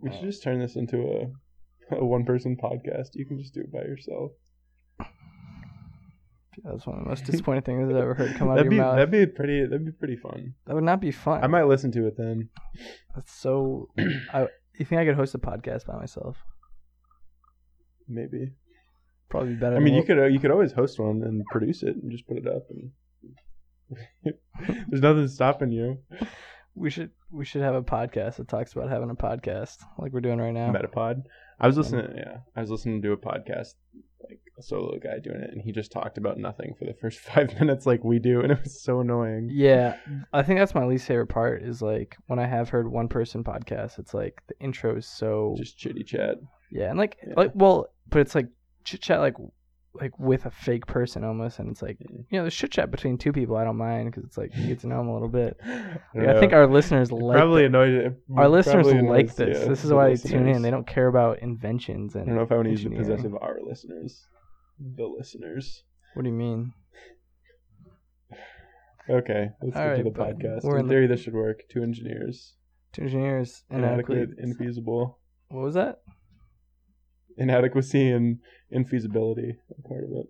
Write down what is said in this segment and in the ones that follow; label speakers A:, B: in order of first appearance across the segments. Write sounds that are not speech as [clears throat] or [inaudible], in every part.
A: We
B: Uh,
A: should just turn this into a, [laughs] a one person podcast. You can just do it by yourself.
B: Yeah, that's one of
A: [laughs]
B: the most disappointing things I've ever heard come out of
A: that'd
B: your
A: be
B: mouth.
A: that'd be pretty that'd be pretty fun.
B: That would not be fun.
A: I might listen to it then.
B: That's so. I, you think I could host a podcast by myself?
A: Maybe.
B: Probably better.
A: I
B: than
A: mean, you
B: what-
A: could uh, you could always host one and produce it and just put it up and [laughs] there's nothing stopping you.
B: We should we should have a podcast that talks about having a podcast like we're doing right now.
A: Metapod. I was listening. Yeah, I was listening to a podcast, like a solo guy doing it, and he just talked about nothing for the first [laughs] five minutes, like we do, and it was so annoying.
B: Yeah, I think that's my least favorite part is like when I have heard one person podcast. It's like the intro is so
A: Just chitty chat.
B: yeah, and like
A: Yeah.
B: like well, but it's like chit chat like like with a fake person almost, and it's like you know there's chit chat between two people. I don't mind because it's like you get to know them a little bit.
A: I,
B: Like, I think our listeners like
A: probably annoyed.
B: our listeners
A: Mm, probably annoys,
B: like this.
A: yeah,
B: this is
A: the
B: why they tune
A: listeners.
B: in. They don't care about inventions
A: I
B: and
A: don't know if I want to use the
B: engineering.
A: possessive our listeners. The listeners.
B: What do you mean?
A: Okay, let's
B: All
A: get to
B: right,
A: the
B: bud.
A: podcast.
B: We're
A: in,
B: in the-
A: theory, this should work. Two engineers,
B: Two engineers inadequate.
A: inadequate, infeasible,
B: What was that?
A: inadequacy, and infeasibility are part of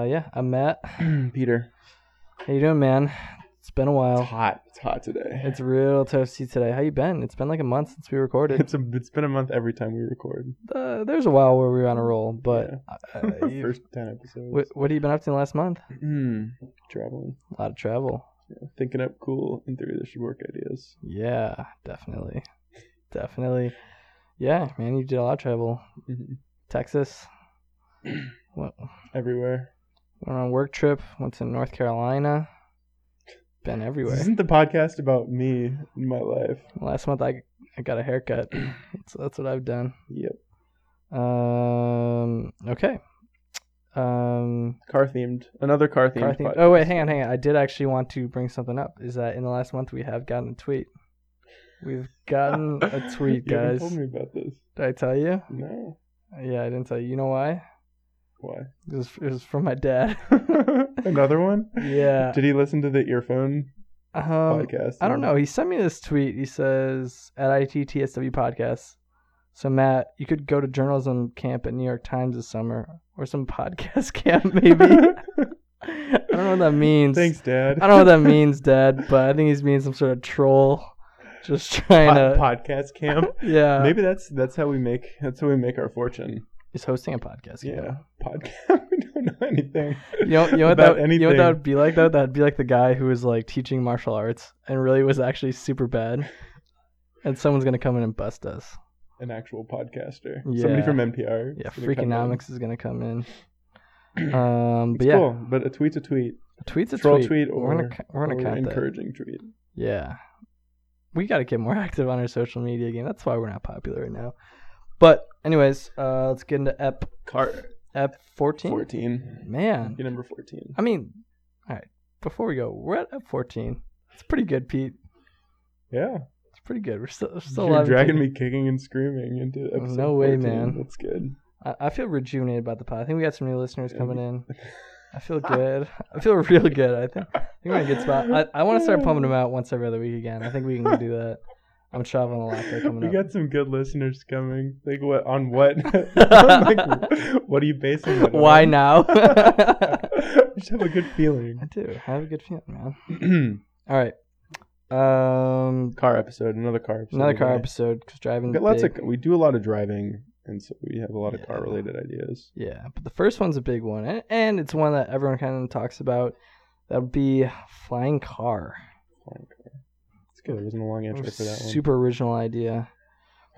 B: Uh, yeah, I'm Matt.
A: it. [clears throat] Peter,
B: How you doing, man? It's been a
A: it's
B: while.
A: hot. It's hot today.
B: Oh.
A: [laughs]
B: It's real toasty today. How you been? It's been like a month since
A: [laughs]
B: we recorded.
A: It's a, it's been a month every time we record.
B: Uh, there's a while where we were on a roll, but
A: Yeah. [laughs]
B: uh, you-
A: First ten episodes.
B: what, what have you been up to in the last month?
A: Hmm. traveling,
B: A lot of travel.
A: thinking up cool in theory this should work ideas.
B: Yeah, definitely, definitely. Yeah, man, you did a lot of travel.
A: Mhm.
B: Texas. what,
A: Everywhere.
B: went on a work trip. Went to North Carolina. Been
A: This [laughs]
B: everywhere.
A: isn't the podcast about me and my life.
B: Last month I I got
A: [clears throat]
B: a haircut. so that's what I've done.
A: Yep.
B: Um. Okay. Um.
A: Car themed. Another car themed.
B: car theme-
A: podcast.
B: Oh wait, hang on, hang on. I did actually want to bring something up. Is that in the last month we have gotten a tweet? We've
A: [laughs]
B: gotten a tweet,
A: you haven't
B: guys.
A: told me about this.
B: Did I tell you?
A: No.
B: Yeah, I didn't tell you. You know why?
A: Why?
B: It was, it was from
A: [laughs]
B: my dad. [laughs]
A: Another one?
B: yeah.
A: Did he listen to the earphone
B: Um,
A: podcast?
B: I don't know. He sent me this tweet. He says at ITTSW podcast. So Matt, you could go to journalism camp at New York Times this summer, or some [laughs] podcast camp
A: [laughs]
B: maybe. I don't know what that means.
A: Thanks, Dad.
B: I don't know what that means, Dad, but I think he's being some sort of troll, just trying
A: [laughs] Po-
B: to.
A: podcast camp.
B: Uh, yeah,
A: Maybe that's that's how we make that's how we make our fortune.
B: he's hosting a podcast.
A: Yeah,
B: camp.
A: podcast. [laughs] we don't know anything.
B: You know, you know what
A: About
B: that you know
A: anything.
B: what that would be like though. That'd be like the guy who was like teaching martial arts and really was actually super bad, and someone's gonna come in and bust us.
A: An actual podcaster.
B: Yeah.
A: Somebody from NPR.
B: Yeah,
A: is gonna come in.
B: Freakonomics is gonna come in.
A: [clears throat]
B: Um, but
A: It's
B: yeah,
A: cool, but a tweet's a tweet.
B: tweet's a
A: Troll
B: tweet.
A: tweet
B: we're
A: or-
B: gonna ca- we're
A: Or
B: gonna
A: an
B: count that.
A: encouraging tweet.
B: Yeah, we gotta get more [laughs] active on our social media game. That's why we're not popular right now. But anyways, uh, let's get into ep
A: Car
B: ep fourteen.
A: fourteen.
B: Man,
A: Your number fourteen.
B: I mean, all right. Before we go, we're at ep fourteen. It's pretty good, Pete.
A: Yeah.
B: It's pretty good. We're still we're still
A: You're
B: alive.
A: dragging me kicking and screaming into episode
B: No way,
A: 14.
B: man.
A: That's good.
B: I, I feel rejuvenated about the pod. I think we got some new listeners
A: Yeah,
B: coming
A: we- [laughs]
B: in. I feel good. I feel real good. I think I think we're in a good spot. I, I want to start pumping them out once every other week again. I think we can do that. I'm traveling
A: [laughs]
B: a lot. They're coming
A: we
B: up.
A: got some good listeners coming. Like what? On
B: [laughs]
A: what? [laughs] like, what are you basing that? [laughs]
B: Why
A: on?
B: now? [laughs] I
A: we just have a good
B: [clears throat]
A: feeling.
B: do. I have a good feeling, man. All right. Um,
A: car episode. Another car. Episode
B: another car
A: today.
B: episode because
A: We
B: driving.
A: got lots
B: big.
A: of. We do a lot of driving, and so we have a lot of
B: Yeah.
A: car related ideas.
B: Yeah, but the first one's a big one, and, and it's one that everyone kind of talks about. That would be flying car.
A: Flying car. It's good. There wasn't a long answer for that one.
B: Super original idea.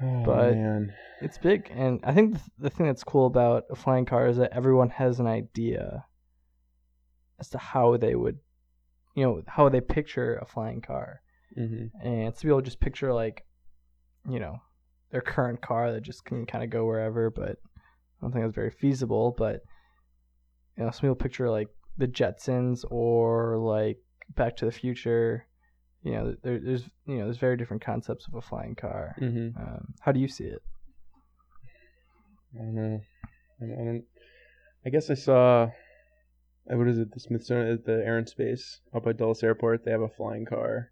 A: oh
B: but-
A: man,
B: It's big, and I think th- the thing that's cool about a flying car is that everyone has an idea as to how they would, you know, how they picture a flying car,
A: hmm
B: and it's to be able to just picture like, you know, their current car that just can kind of go wherever. But I don't think that's very feasible. But you know, some people picture like the Jetsons or like Back to the Future. You know, there, there's you know, there's very different concepts of a flying car.
A: hmm
B: Um, how do you see it?
A: I don't know. I don't, I don't. I guess I saw. uh, What is it? The Smithsonian at the Air and Space up at Dulles Airport. They have a flying car.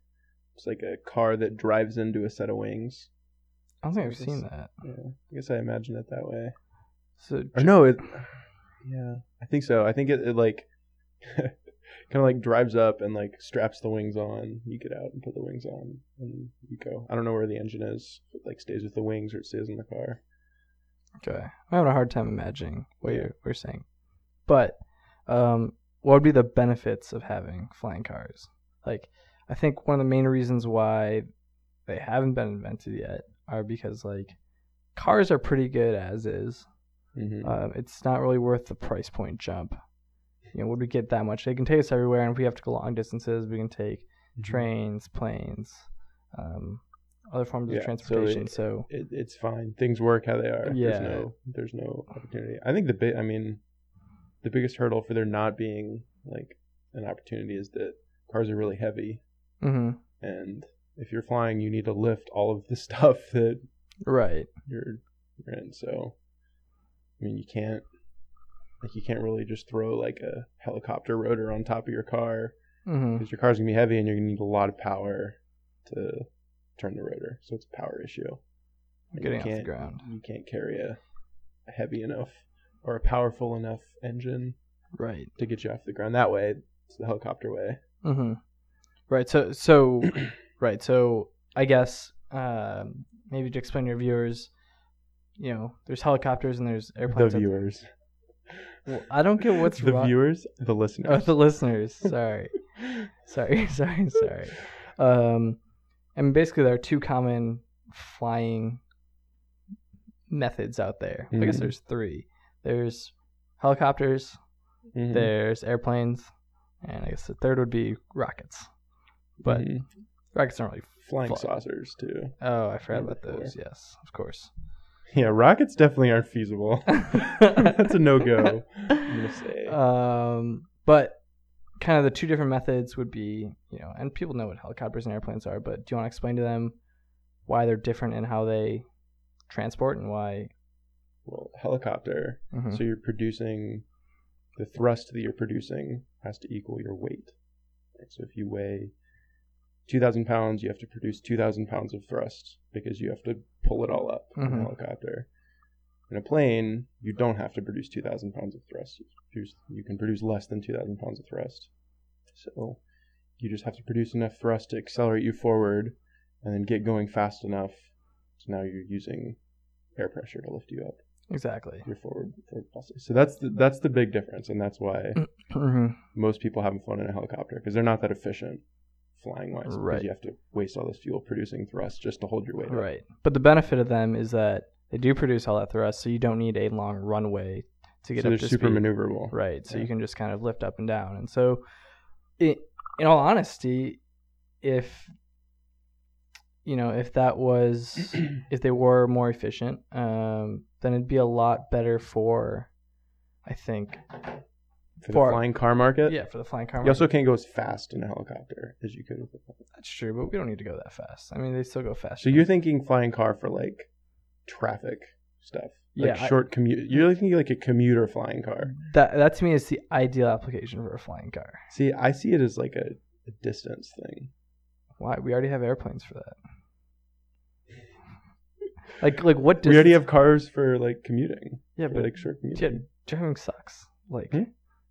A: It's like a car that drives into a set of wings.
B: I don't think I've
A: This
B: seen
A: is-
B: that.
A: Yeah, I guess I imagined it that way.
B: So
A: Or no, it. Yeah, I think so. I think it, it like [laughs] kind of like drives up and like straps the wings on. You get out and put the wings on, and you go. I don't know where the engine is. If it like stays with the wings or it stays in the car.
B: okay, I'm having a hard time imagining what you're, what you're saying, but um, what would be the benefits of having flying cars? Like, I think one of the main reasons why they haven't been invented yet are because like cars are pretty good as is.
A: Mm-hmm.
B: Um, it's not really worth the price point jump. You know, would we get that much? They can take us everywhere, and if we have to go long distances, we can take
A: Mm-hmm.
B: trains, planes, um, other forms
A: Yeah,
B: of
A: so
B: transportation.
A: it-
B: So,
A: It, it's fine. Things work how they are.
B: Yeah.
A: There's no there's no opportunity. I think the bit. I mean, the biggest hurdle for there not being like an opportunity is that cars are really heavy,
B: hmm
A: and if you're flying, you need to lift all of the [laughs] stuff that
B: right,
A: you're you're in. So, I mean, you can't like you can't really just throw like a helicopter rotor on top of your car
B: hmm
A: because your car's gonna be heavy and you're gonna need a lot of power to turn the rotor. So it's a power issue. And
B: getting
A: you
B: off the
A: can't
B: ground,
A: you can't carry a, a heavy enough or a powerful enough engine
B: right,
A: to get you off the ground. That way, it's the helicopter way.
B: hmm right.
A: [clears throat]
B: So, so, right. So, I guess um, maybe to explain to your viewers, you know, there's helicopters and there's airplanes.
A: the
B: out-
A: viewers,
B: Well, I
A: [laughs]
B: don't get what's
A: the
B: wrong. [laughs]
A: viewers, the
B: Oh,
A: listeners.
B: the
A: [laughs]
B: listeners. Sorry. sorry, [laughs] sorry, sorry. Um, and basically, there are two common flying methods out there. I guess
A: Mhm.
B: there's three. There's helicopters,
A: Mhm.
B: there's airplanes, and I guess the third would be rockets. But
A: Mhm.
B: rockets aren't really.
A: flying
B: fly-
A: saucers too.
B: Oh, I forgot
A: Number
B: about those. Yes,
A: [laughs]
B: of course. [laughs]
A: Yeah, rockets definitely aren't feasible. That's a no [laughs] go. gonna say.
B: Um, but kind of the two different methods would be, you know, and people know what helicopters and airplanes are, but do you want to explain to them why they're different and how they transport and why?
A: Well, helicopter.
B: Mhm.
A: So you're producing the thrust that you're producing has to equal your weight. Right, So if you weigh 2,000 pounds, you have to produce 2,000 pounds of thrust because you have to pull it all up in
B: Mhm.
A: a helicopter. In a plane, you don't have to produce 2,000 pounds of thrust. You, produce, you can produce less than 2,000 pounds of thrust. So you just have to produce enough thrust to accelerate you forward and then get going fast enough. So now you're using air pressure to lift you up [clears throat]
B: Exactly.
A: your forward, forward policy. So that's the that's the big difference, and that's why Mm-hmm.
B: hmm
A: most people haven't flown in a helicopter because they're not that efficient flying wise.
B: Right.
A: Because you have to waste all this fuel producing thrust just to hold your weight. up.
B: Right. But the benefit of them is that they do produce all that thrust, so you don't need a long runway to get
A: So
B: up
A: they're
B: to
A: super
B: speed.
A: maneuverable.
B: Right. So
A: Yeah.
B: you can just kind of lift up and down. And so, i in all honesty, if you know if that
A: [clears throat]
B: was if they were more efficient, um, then it'd be a lot better for, I think,
A: For the
B: For-
A: flying car market.
B: yeah, for the flying car.
A: You also can't go as fast in a helicopter as you could. With a plane.
B: that's true, but we don't need to go that fast. I mean, they still go fast.
A: So you're thinking flying car for like traffic stuff, like
B: Yeah, I-
A: short commute. You're thinking like a commuter flying car.
B: that that to me is the ideal application for a flying car.
A: See, I see it as like a, a distance thing.
B: Why? We already have airplanes for that. Like like what?
A: We already
B: distance-
A: have cars for like commuting,
B: yeah,
A: for
B: but
A: like short
B: yeah,
A: commuting.
B: driving sucks. Like,
A: Hmm?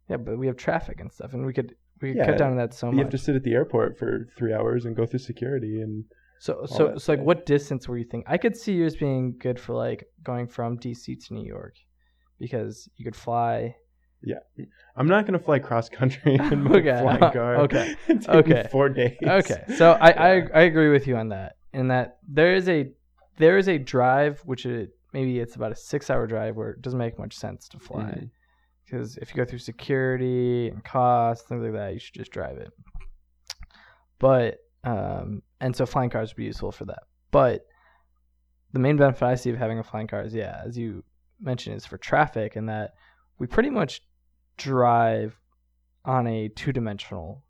B: yeah, but we have traffic and stuff, and we could we could
A: Yeah,
B: cut down on that so
A: you
B: much.
A: have to sit at the airport for three hours and go through security and
B: so so
A: that
B: so
A: stuff.
B: like, what distance were you thinking? I could see yours being good for like going from DC to New York, because you
A: [laughs]
B: could fly.
A: i'm not going to fly cross
B: [laughs]
A: country [laughs] in my
B: Okay. uh,
A: flying car [laughs]
B: Okay.
A: It'd take me
B: Okay.
A: four days
B: Okay, so I,
A: Yeah.
B: I I agree with you on that, in that there is a there is a drive which it, maybe it's about a six hour drive where it doesn't make much sense to fly
A: Mhm.
B: because if you go through security and costs things like that, you should just drive it. But um, and so flying cars would be useful for that. But the main benefit I see of having a flying car is yeah, as you mentioned, is for traffic and that we pretty much drive on a two dimensional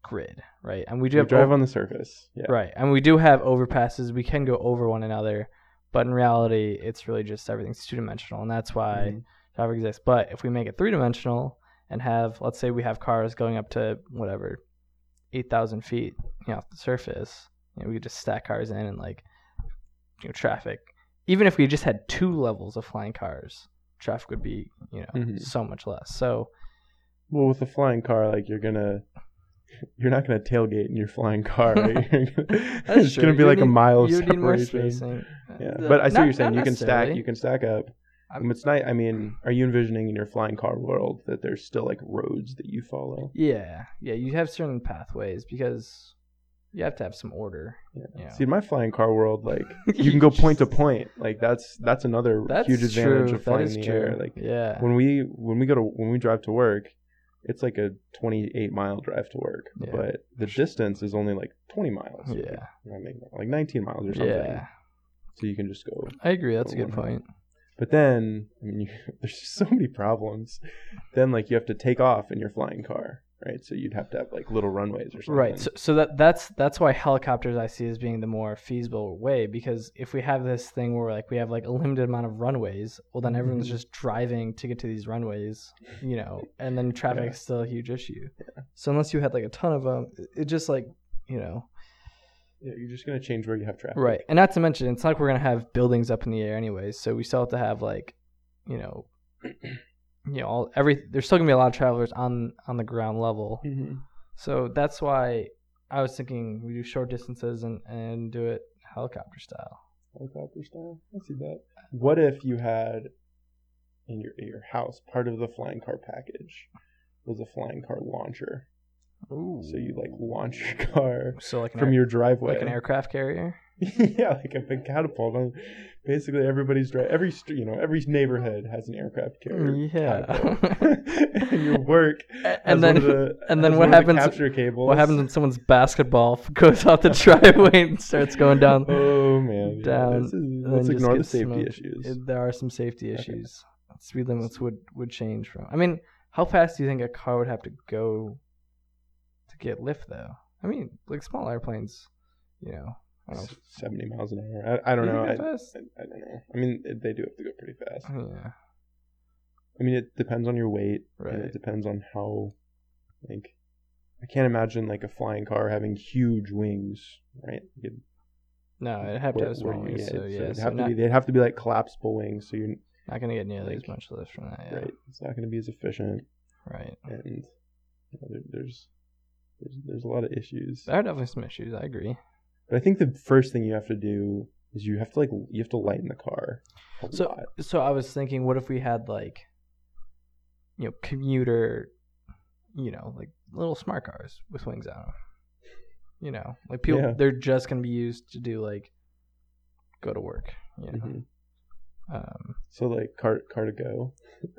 B: grid, right? And we do
A: We
B: have
A: drive
B: ov-
A: on the surface yeah
B: [laughs] right, and we do have overpasses. We can go over one another, but in reality, it's really just everything's two dimensional, and that's why
A: Mhm.
B: driver exists. But if we make it three dimensional and have, let's say, we have cars going up to whatever, eight thousand feet, you know, off the surface, you know, we could just stack cars in and like you know, traffic. Even if we just had two levels of flying cars, traffic would be you know
A: Mhm.
B: so much less. So
A: Well, with a flying car, like you're gonna, you're not gonna tailgate in your flying car.
B: [laughs]
A: Right? You're [laughs] gonna-
B: That's
A: it's
B: true.
A: gonna be
B: You
A: like a
B: need-
A: mile of
B: you need more
A: separation.
B: spacing.
A: Yeah,
B: Uh,
A: but I see
B: not-
A: what you're saying.
B: not
A: You can stack.
B: necessarily.
A: You can stack up.
B: I'm-
A: Um, it's nice. I mean, are you envisioning in your flying car world that there's still like roads that you follow?
B: Yeah, yeah. You have certain pathways because you have to have some order.
A: Yeah.
B: Yeah.
A: See, in my flying car world, like you
B: [laughs]
A: can go point to point. Like that's that's another
B: That's
A: huge advantage
B: true.
A: of flying
B: that
A: in
B: is
A: the
B: true.
A: air. Like
B: yeah,
A: when we when we go to when we drive to work, it's like a 28 mile drive to work,
B: Yeah.
A: but the distance is only like 20 miles.
B: yeah,
A: Like, I mean, like 19 miles or something.
B: yeah.
A: So you can just go.
B: I agree. That's a good
A: Go
B: point.
A: But then, I mean, you, [laughs] there's just so many problems. Then, like, you have to take off in your flying car, right? So you'd have to have like little runways or something.
B: Right. So, so that that's that's why helicopters I see as being the more feasible way because if we have this thing where like we have like a limited amount of runways, well then everyone's
A: Mhm.
B: just driving to get to these runways, you know,
A: [laughs]
B: and then traffic's
A: Yeah.
B: still a huge issue. So unless you had like a ton of them, it just like you know
A: yeah, you're just gonna change where you have traffic.
B: Right. And not to mention, it's not like we're gonna have buildings up in the air anyways, so we still have to have like, you know, [clears throat] you know, all, every there's still gonna be a lot of travelers on on the ground level.
A: Mm-hmm.
B: So that's why I was thinking we do short distances and and do it helicopter style.
A: Helicopter style. I see that. What if you had in your your house part of the flying car package was a flying car launcher?
B: Ooh.
A: So you like launch your car
B: so like an
A: from
B: air-
A: your driveway,
B: like an aircraft carrier.
A: [laughs] yeah, like a big catapult. Um, Basically, everybody's dri every st- you know every neighborhood has an aircraft carrier.
B: Yeah.
A: catapult. [laughs] and your work.
B: A-
A: has
B: Mm, [laughs] and then
A: one of the-
B: [laughs] and then
A: has
B: what
A: one of the
B: happens-
A: capture cables.
B: what happens when someone's basketball [laughs] goes off
A: [laughs]
B: the driveway and starts going down?
A: Oh man, yeah,
B: down,
A: this is-
B: and
A: let's
B: just
A: ignore the
B: gets
A: safety
B: smoked.
A: issues.
B: It- there are some safety
A: Okay.
B: issues. Speed limits would would change from. I mean, how fast do you think a car would have to go to get lift though? I mean, like small airplanes, you know. I don't know.
A: S- Seventy miles an hour. I, I don't
B: You
A: know. I,
B: think how fast?
A: I, I don't know. I mean, it- they do have to go pretty fast.
B: yeah,
A: I mean, it depends on your weight. And
B: right.
A: it depends on how, like, I can't imagine like a flying car having huge wings, right? You'd-
B: No, Uh, it'd have to
A: where-
B: have small
A: where-
B: wings.
A: yeah,
B: so
A: it's-
B: yeah,
A: it'd
B: so
A: have to
B: not,
A: be. They'd have to be like collapsible wings, so you're
B: not gonna get nearly as
A: like-
B: much lift from that. Yeah,
A: right. It's not going to be as efficient,
B: right.
A: and you know, there, there's there's there's a lot of issues.
B: There are definitely some issues. I agree.
A: But I think the first thing you have to do is you have to like you have to lighten the car. a
B: So-
A: lot.
B: So I was thinking, what if we had like, you know, commuter, you know, like little smart cars with wings on them. You know, like people,
A: Yeah.
B: they're just gonna be used to do like, go to work. You know,
A: Mhm.
B: um,
A: so like car car to go, [laughs]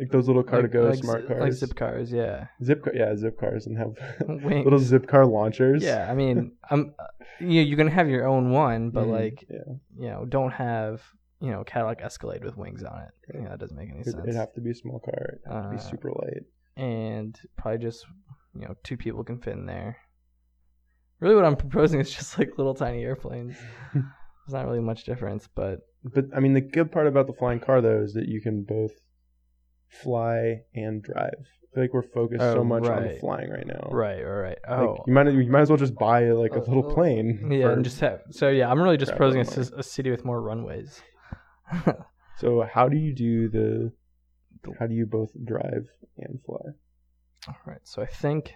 A: like those little car to
B: like-
A: go
B: like
A: smart
B: zi-
A: cars,
B: like
A: zip,
B: zip cars. Yeah,
A: car, yeah, [laughs] zip cars, and
B: [laughs]
A: have [laughs]
B: wings.
A: little zip car launchers.
B: yeah, I
A: [laughs]
B: mean, I'm, uh, you know, you're gonna have your own one, but
A: Mhm.
B: like,
A: yeah,
B: you know, don't have you know Cadillac Escalade with wings on it. You know, that doesn't make any
A: it,
B: sense.
A: would have to be a small car. It'd have to
B: Uh,
A: be super light.
B: and probably just you know two people can fit in there. Really, what I'm proposing is just like little tiny [laughs] airplanes. There's not really much difference, but
A: But I mean, the good part about the flying car though is that you can both fly and drive. I feel like we're focused so
B: Oh,
A: much on
B: right.
A: flying right now.
B: right, all right.
A: Like,
B: Oh,
A: you might you might as well just buy like a
B: Uh,
A: little
B: uh,
A: plane.
B: yeah,
A: for-
B: and just have so yeah. I'm really just
A: Grab
B: proposing a,
A: one
B: cis- a city with more runways. [laughs]
A: So how do you do the? How do you both drive and fly?
B: all right, so I think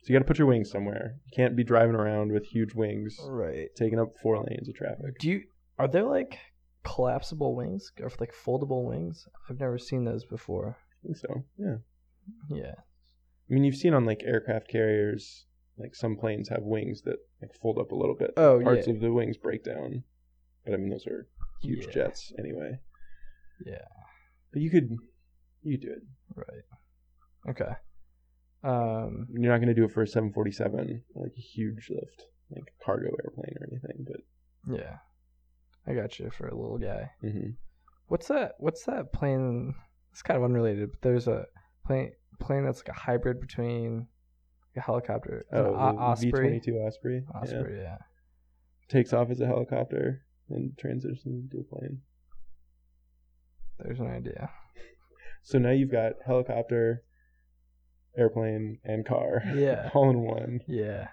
A: So you got to put your wings somewhere. You can't be driving around with huge wings
B: right.
A: taking up four lanes of traffic.
B: Do you are there like collapsible wings or like foldable wings? I've never seen those before.
A: I think so yeah,
B: Yeah,
A: I mean you've seen on like aircraft carriers, like some planes have wings that like fold up a little bit.
B: Oh,
A: parts
B: yeah.
A: of the wings break down, but I mean those are huge
B: Yeah.
A: jets anyway.
B: Yeah.
A: but you could, you could do it.
B: right. Okay. Um.
A: You're not gonna do it for a 747, like a huge lift, like cargo airplane or anything. But
B: Yeah, I got you for a little guy.
A: mhm.
B: What's that? What's that plane? It's kind of unrelated, but there's a plane plane that's like a hybrid between a helicopter, it's an
A: oh,
B: O-
A: the
B: Osprey,
A: V-22 Osprey. Yeah.
B: Osprey, yeah.
A: takes off as a helicopter and transitions into a plane.
B: There's an idea.
A: So now you've got helicopter, airplane, and car
B: Yeah.
A: [laughs] all in one.
B: Yeah.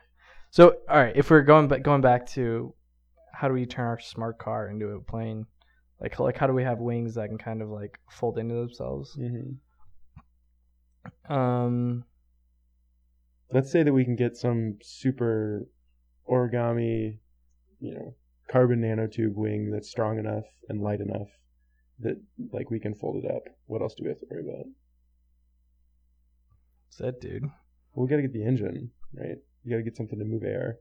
B: So all right, if we're going back going back to how do we turn our smart car into a plane? Like like how do we have wings that can kind of like fold into themselves?
A: Mm-hmm.
B: Um,
A: Let's say that we can get some super origami, you know, carbon nanotube wing that's strong enough and light enough that like we can fold it up. What else do we have to worry about?
B: what's that dude?
A: Well, we got to get the engine right. You got to get something to move air.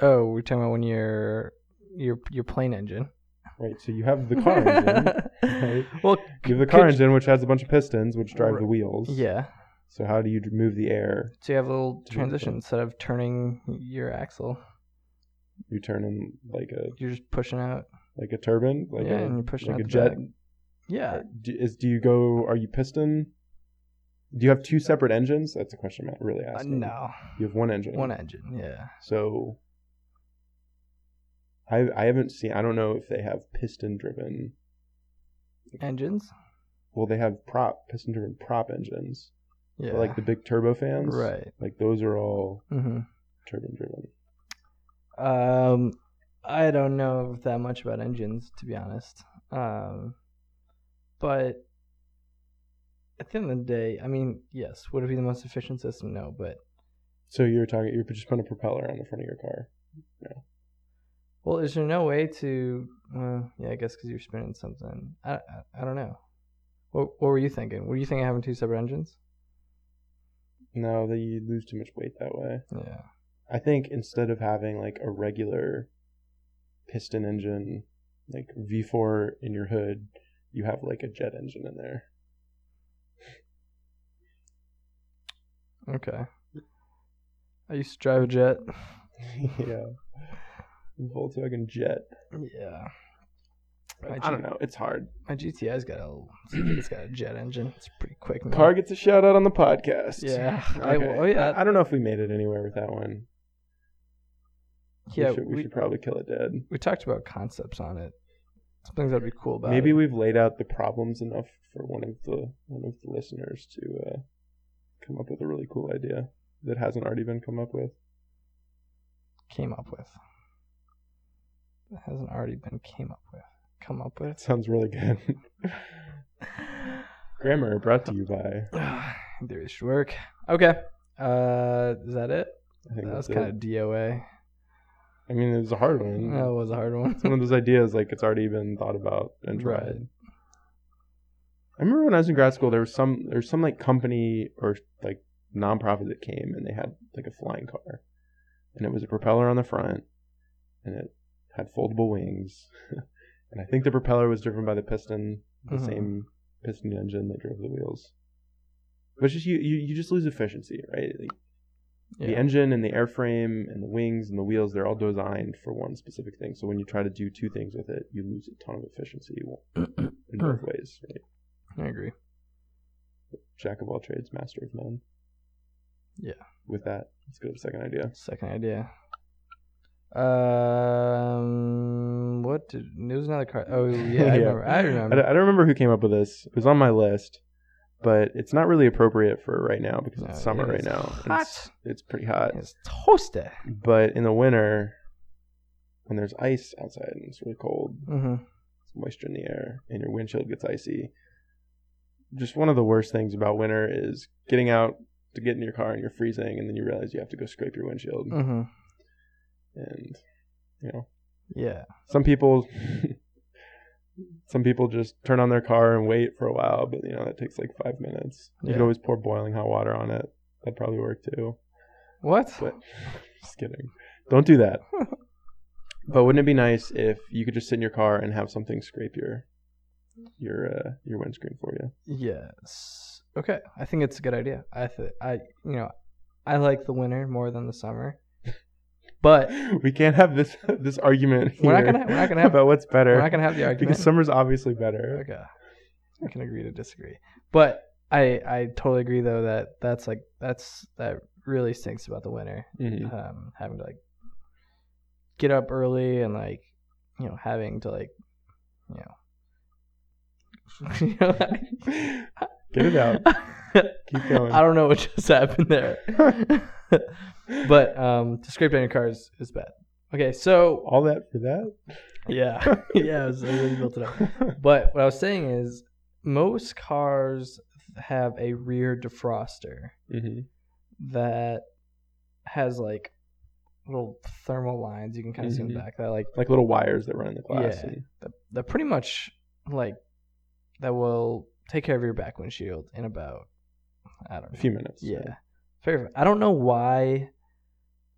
B: Oh, we're talking about when your your your plane engine.
A: Right. So you have [laughs] the car
B: [laughs]
A: engine. right?
B: Well,
A: You have the car
B: could-
A: engine, which has a bunch of pistons, which drive the wheels.
B: yeah.
A: So how do you d- move the air?
B: So you have a little
A: To do the
B: transition
A: thing.
B: instead of turning your axle,
A: You turn in like a
B: you're just pushing out.
A: like a turbine, like
B: yeah,
A: a
B: and you're pushing
A: like
B: out
A: a
B: the
A: jet.
B: back. Yeah. Uh,
A: Do, is do you go? Are you piston? Do you have two separate engines? That's a question I'm really
B: Uh,
A: asking.
B: no,
A: You have one engine.
B: one engine. Yeah.
A: So I I haven't seen. I don't know if they have piston driven.
B: Engines.
A: Well, they have prop piston driven prop engines,
B: Yeah.
A: but like the big turbofans.
B: right.
A: Like those are all
B: hmm
A: turbine driven.
B: Um, I don't know that much about engines, to be honest. Um, but at the end of the day, I mean, yes, would it be the most efficient system? No, but
A: So you're talking. You're just putting a propeller on the front of your car.
B: well, is there no way to? Well, yeah, I guess because you're spinning something. I, I I don't know. What what were you thinking? Were you thinking of having two separate engines?
A: No, they you lose too much weight that way.
B: Yeah.
A: I think instead of having like a regular piston engine, like V4 in your hood, you have like a jet engine in
B: [laughs]
A: there.
B: Okay. I used to drive a jet.
A: yeah. Volkswagen jet.
B: Yeah. My,
A: I don't know. It's hard.
B: my GTI's got a it's got a jet engine. It's pretty quick. man.
A: Car gets a shout out on the podcast. [laughs]
B: Yeah. I,
A: Okay.
B: oh yeah.
A: I, I don't know if we made it anywhere with that one.
B: yeah.
A: We should, we
B: we,
A: should probably kill it dead.
B: we talked about concepts on it. Some things that'd be cool about.
A: Maybe
B: it.
A: we've laid out the problems enough for one of the one of the listeners to uh, come up with a really cool idea that hasn't already been come up with.
B: came up with. That hasn't already been came up with. Come up
A: That [laughs]
B: with.
A: sounds really good. Grammar brought to you
B: [sighs]
A: by.
B: there should work. Okay. Uh, is that it?
A: I think
B: That was
A: that's
B: kind
A: it.
B: of DOA.
A: I mean, it was a hard one.
B: That was a hard
A: [laughs]
B: one.
A: It's one of those ideas like it's already been thought about and tried.
B: Right.
A: I remember when I was in grad school, there was some there was some like company or like nonprofit that came and they had like a flying car, and it was a propeller on the front, and it had foldable wings, [laughs] and I think the propeller was driven by the piston, the
B: Mhm.
A: same piston engine that drove the wheels. But it's just you, you you just lose efficiency, right? Like, the
B: Yeah.
A: engine and the airframe and the wings and the wheels they're all designed for one specific thing so when you try to do two things with it you lose a ton of efficiency
B: [clears throat]
A: in both ways right?
B: I agree.
A: jack of all trades master of none
B: Yeah.
A: with that let's go to the second idea
B: Second idea. Um, what did there was another car?
A: [laughs]
B: Oh yeah, I remember. I
A: I,
B: remember.
A: don't- I don't remember who came up with this it was on my list but it's not really appropriate for right now because
B: No,
A: it's summer
B: it
A: right
B: is
A: now and it's, it's pretty hot
B: It's toasted.
A: but in the winter when there's ice outside and it's really cold
B: Mm-hmm.
A: it's moisture in the air and your windshield gets icy. Just one of the worst things about winter is getting out to get in your car and you're freezing and then you realize you have to go scrape your windshield
B: Mm-hmm.
A: and you know
B: Yeah.
A: some people some people just turn on their car and wait for a while but you know that takes like 5 minutes. You
B: Yeah.
A: could always pour boiling hot water on it. That'd probably work too.
B: What?
A: But just kidding. Don't do
B: [laughs]
A: that. But wouldn't it be nice if you could just sit in your car and have something scrape your your uh, your windscreen for you?
B: Yes. Okay. I think it's a good idea. I th- I you know, I like the winter more than the summer. But
A: [laughs] we can't have this this argument
B: We're not
A: here
B: gonna- we're
A: [laughs]
B: not gonna have-
A: about what's better
B: we're not gonna have the argument.
A: [laughs] because summer's obviously better.
B: okay. I can agree to disagree. But I I totally agree though that that's like that's that really stinks about the winter.
A: Mhm.
B: Um having to like get up early and like you know having to like you [laughs] know you know
A: Get it
B: [laughs]
A: out. Keep going.
B: I don't
A: [laughs]
B: know what just happened there. but um, to scrape down your car is, is bad. Okay, so
A: All that for that?
B: yeah, [laughs] yeah, it was, I really built it up. But what I was saying is, most cars have a rear defroster
A: [laughs] mm-hmm.
B: that has like little thermal lines. You can kind of see in the
A: Mhm.
B: back that like
A: Like little wires that run in the glass.
B: Yeah.
A: and-
B: that, that pretty much like that will take care of your back windshield in about I don't
A: a
B: know.
A: few minutes.
B: Yeah, fair. I don't know why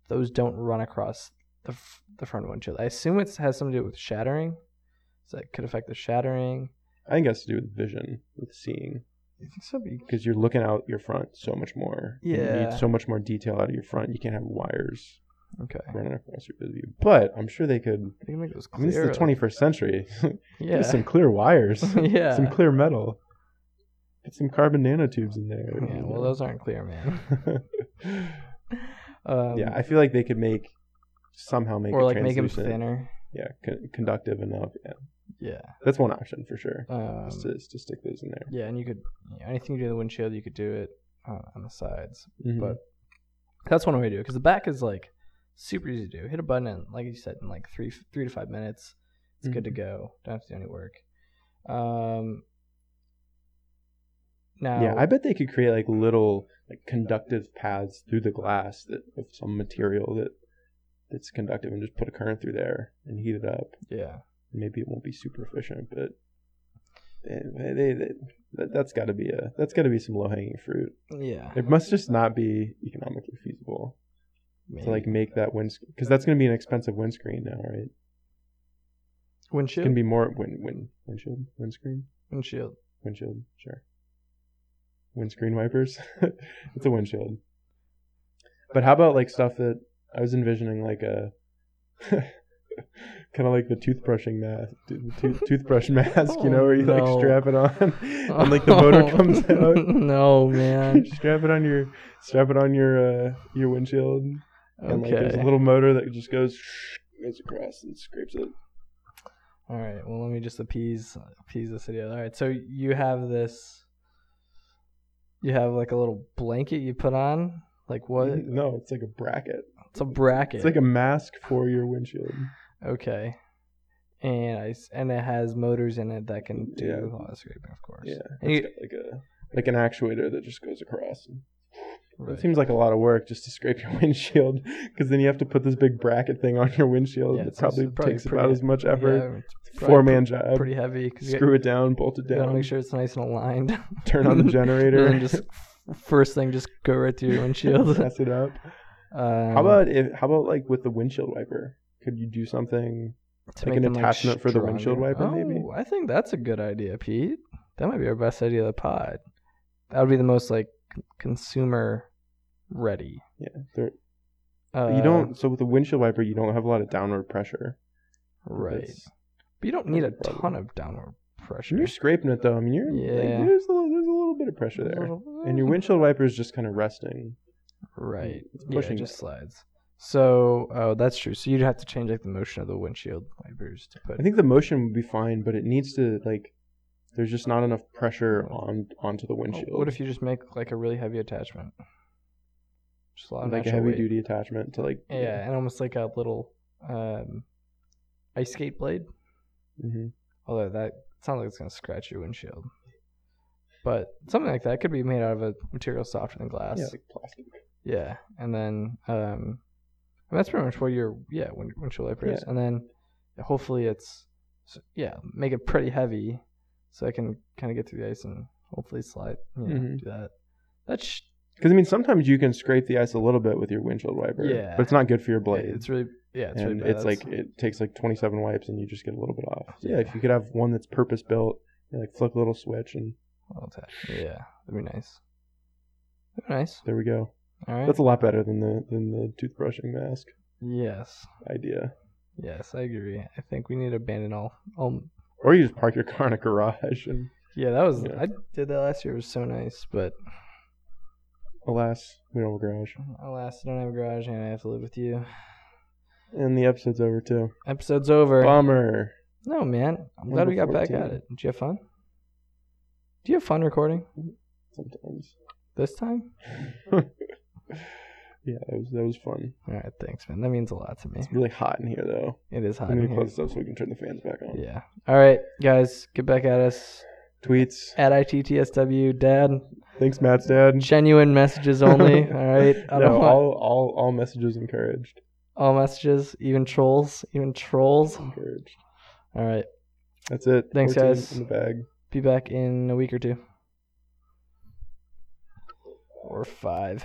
B: those don't run across the f- the front windshield. I assume it has something to do with shattering, so it could affect the shattering.
A: I think it has to do with vision, with seeing,
B: You think so? Be-
A: because you're looking out your front so much more. You
B: Yeah.
A: need so much more detail out of your front. You can't have wires
B: Okay,
A: running across your view. But I'm sure they could.
B: they can make those
A: I
B: clear.
A: mean, this is the 21st century. [laughs]
B: Yeah,
A: There's some
B: [laughs]
A: clear wires,
B: yeah.
A: some clear metal. Get some carbon nanotubes in there.
B: yeah,
A: [laughs]
B: well, those aren't clear, man. Um,
A: yeah, I feel like they could make somehow make
B: or
A: it
B: like make them
A: translucent.
B: thinner.
A: Yeah, con- conductive enough. Yeah.
B: Yeah.
A: That's one option for sure.
B: Um,
A: Is to, is to stick those in there.
B: yeah, and you could you know, anything you do in the windshield, you could do it uh, on the sides.
A: Mhm.
B: but- That's one way to do it because the back is like super easy to do. Hit a button, and like you said, in like three three to five minutes, it's good to
A: Mhm.
B: go. Don't have to do any work. Um. Now,
A: Yeah, I bet they could create like little like conductive paths through the glass that of some material that that's conductive and just put a current through there and heat it up.
B: yeah,
A: Maybe it won't be super efficient, but they, they, they, that, that's got to be a that's got to be some low hanging fruit.
B: yeah,
A: It must just not be economically feasible to like
B: maybe.
A: make that windscreen because that's going to be an expensive windscreen now, right? It's
B: windshield,
A: going to be more win win windshield windscreen.
B: windshield.
A: Windshield, sure. Windscreen wipers. [laughs] it's a windshield. But how about like stuff that I was envisioning like [laughs] a kind of like the toothbrushing mask, the tooth,
B: [laughs]
A: toothbrush mask, you know, where you
B: Oh, no.
A: like strap it on [laughs] and like the
B: [laughs]
A: motor comes out.
B: no, man.
A: strap it on your strap it on your uh, your windshield and like there's
B: Okay.
A: a little motor that just goes goes across and scrapes it.
B: All right. Well, let me just appease appease the city. All right. So you have this. You have like a little blanket you put on. Like what?
A: No, it's like a bracket.
B: It's a bracket.
A: It's like a mask for your windshield.
B: okay. And I s- and it has motors in it that can do
A: Yeah.
B: all the scraping, of course.
A: Yeah,
B: And
A: it's
B: you,
A: got like a like an actuator that just goes across.
B: right.
A: It seems like a lot of work just to scrape [laughs] your windshield, because then you have to put this big bracket thing on your windshield.
B: Yeah,
A: it
B: it's also
A: probably,
B: probably
A: takes
B: pretty-
A: about as much effort.
B: Yeah, it's probably
A: Four man job.
B: Pretty heavy because you,
A: Screw it down, bolt it
B: you gotta
A: down,
B: make sure it's nice and aligned.
A: [laughs] turn
B: [laughs]
A: on the generator,
B: and just first thing, just go right through your [laughs]
A: [laughs]
B: windshield.
A: mess it up.
B: Um,
A: how about if? How about like with the windshield wiper? Could you do something?
B: to
A: Like
B: make
A: an
B: them,
A: attachment for the windshield
B: stronger.
A: wiper, maybe?
B: Oh, I think that's a good idea, Pete. That might be our best idea of the pod. That would be the most like c- consumer ready.
A: Yeah, there,
B: Uh,
A: you don't. So with the windshield wiper, you don't have a lot of downward pressure.
B: right,
A: That's-
B: but you don't need a
A: that's a problem.
B: ton of downward pressure.
A: When you're scraping it though, I mean, you're like,
B: Yeah.
A: there's a little, there's a little bit of pressure there, and your windshield wiper is just kind of resting.
B: right,
A: it's
B: yeah, it
A: pushing
B: just slides. So, oh, that's true. So you'd have to change like the motion of the windshield wipers to put.
A: I think the motion would be fine, but it needs to like. There's just not enough pressure on onto the
B: Oh,
A: windshield.
B: what if you just make like a really heavy attachment? Just lot of
A: like a
B: natural
A: heavy
B: weight.
A: duty attachment to like?
B: Yeah, and almost like a little um, ice skate blade.
A: hmm
B: Although that sounds like it's gonna scratch your windshield. But something like that could be made out of a material softer than glass.
A: Yeah,
B: Yeah,
A: like plastic.
B: and then um, and that's pretty much what your yeah wind, windshield wiper is. And then hopefully it's so, yeah make it pretty heavy, so I can kind of get through the ice and hopefully slide you know,
A: Mhm.
B: do that. That's sh-
A: Because I mean, sometimes you can scrape the ice a little bit with your windshield wiper.
B: Yeah.
A: But it's not good for your blade.
B: it's really yeah it's
A: and
B: really bad.
A: it's
B: That's-
A: like it takes like 27 wipes, and you just get a little bit off. So, yeah.
B: Yeah.
A: If you could have one that's purpose built, you like flick a little switch, and
B: I'll attack. yeah that'd be nice. That'd be nice.
A: there we go.
B: All right.
A: That's a lot better than the than the toothbrushing mask
B: yes.
A: idea.
B: Yes, I agree. I think we need to abandon all all
A: Or you just park your car in a garage, and
B: Yeah, that was.
A: Yeah.
B: I did that last year. It was so nice, but
A: alas, we don't have a garage.
B: alas, I don't have a garage and I have to live with you.
A: And the episode's over too.
B: Episode's over.
A: Bummer.
B: no, man. I'm glad we got
A: Number
B: back at
A: 14.
B: it. Did you have fun? Do you have fun recording
A: Sometimes.
B: this time?
A: Yeah, that was that was fun.
B: All right, thanks, man. That means a lot to me.
A: It's really hot in here though.
B: It is hot
A: I'm
B: in
A: gonna
B: here.
A: close this up so we can turn the fans back on.
B: Yeah. All right, guys, get back at us
A: Tweets.
B: at ittsw dad.
A: Thanks, Matt's dad.
B: Genuine
A: [laughs]
B: messages only. all [laughs] right. I
A: no,
B: don't want
A: all, all all messages encouraged.
B: all messages, even trolls, even trolls.
A: Encouraged.
B: All right.
A: That's it.
B: Thanks,
A: 14
B: guys.
A: In the bag.
B: Be back in a week or two. Or five.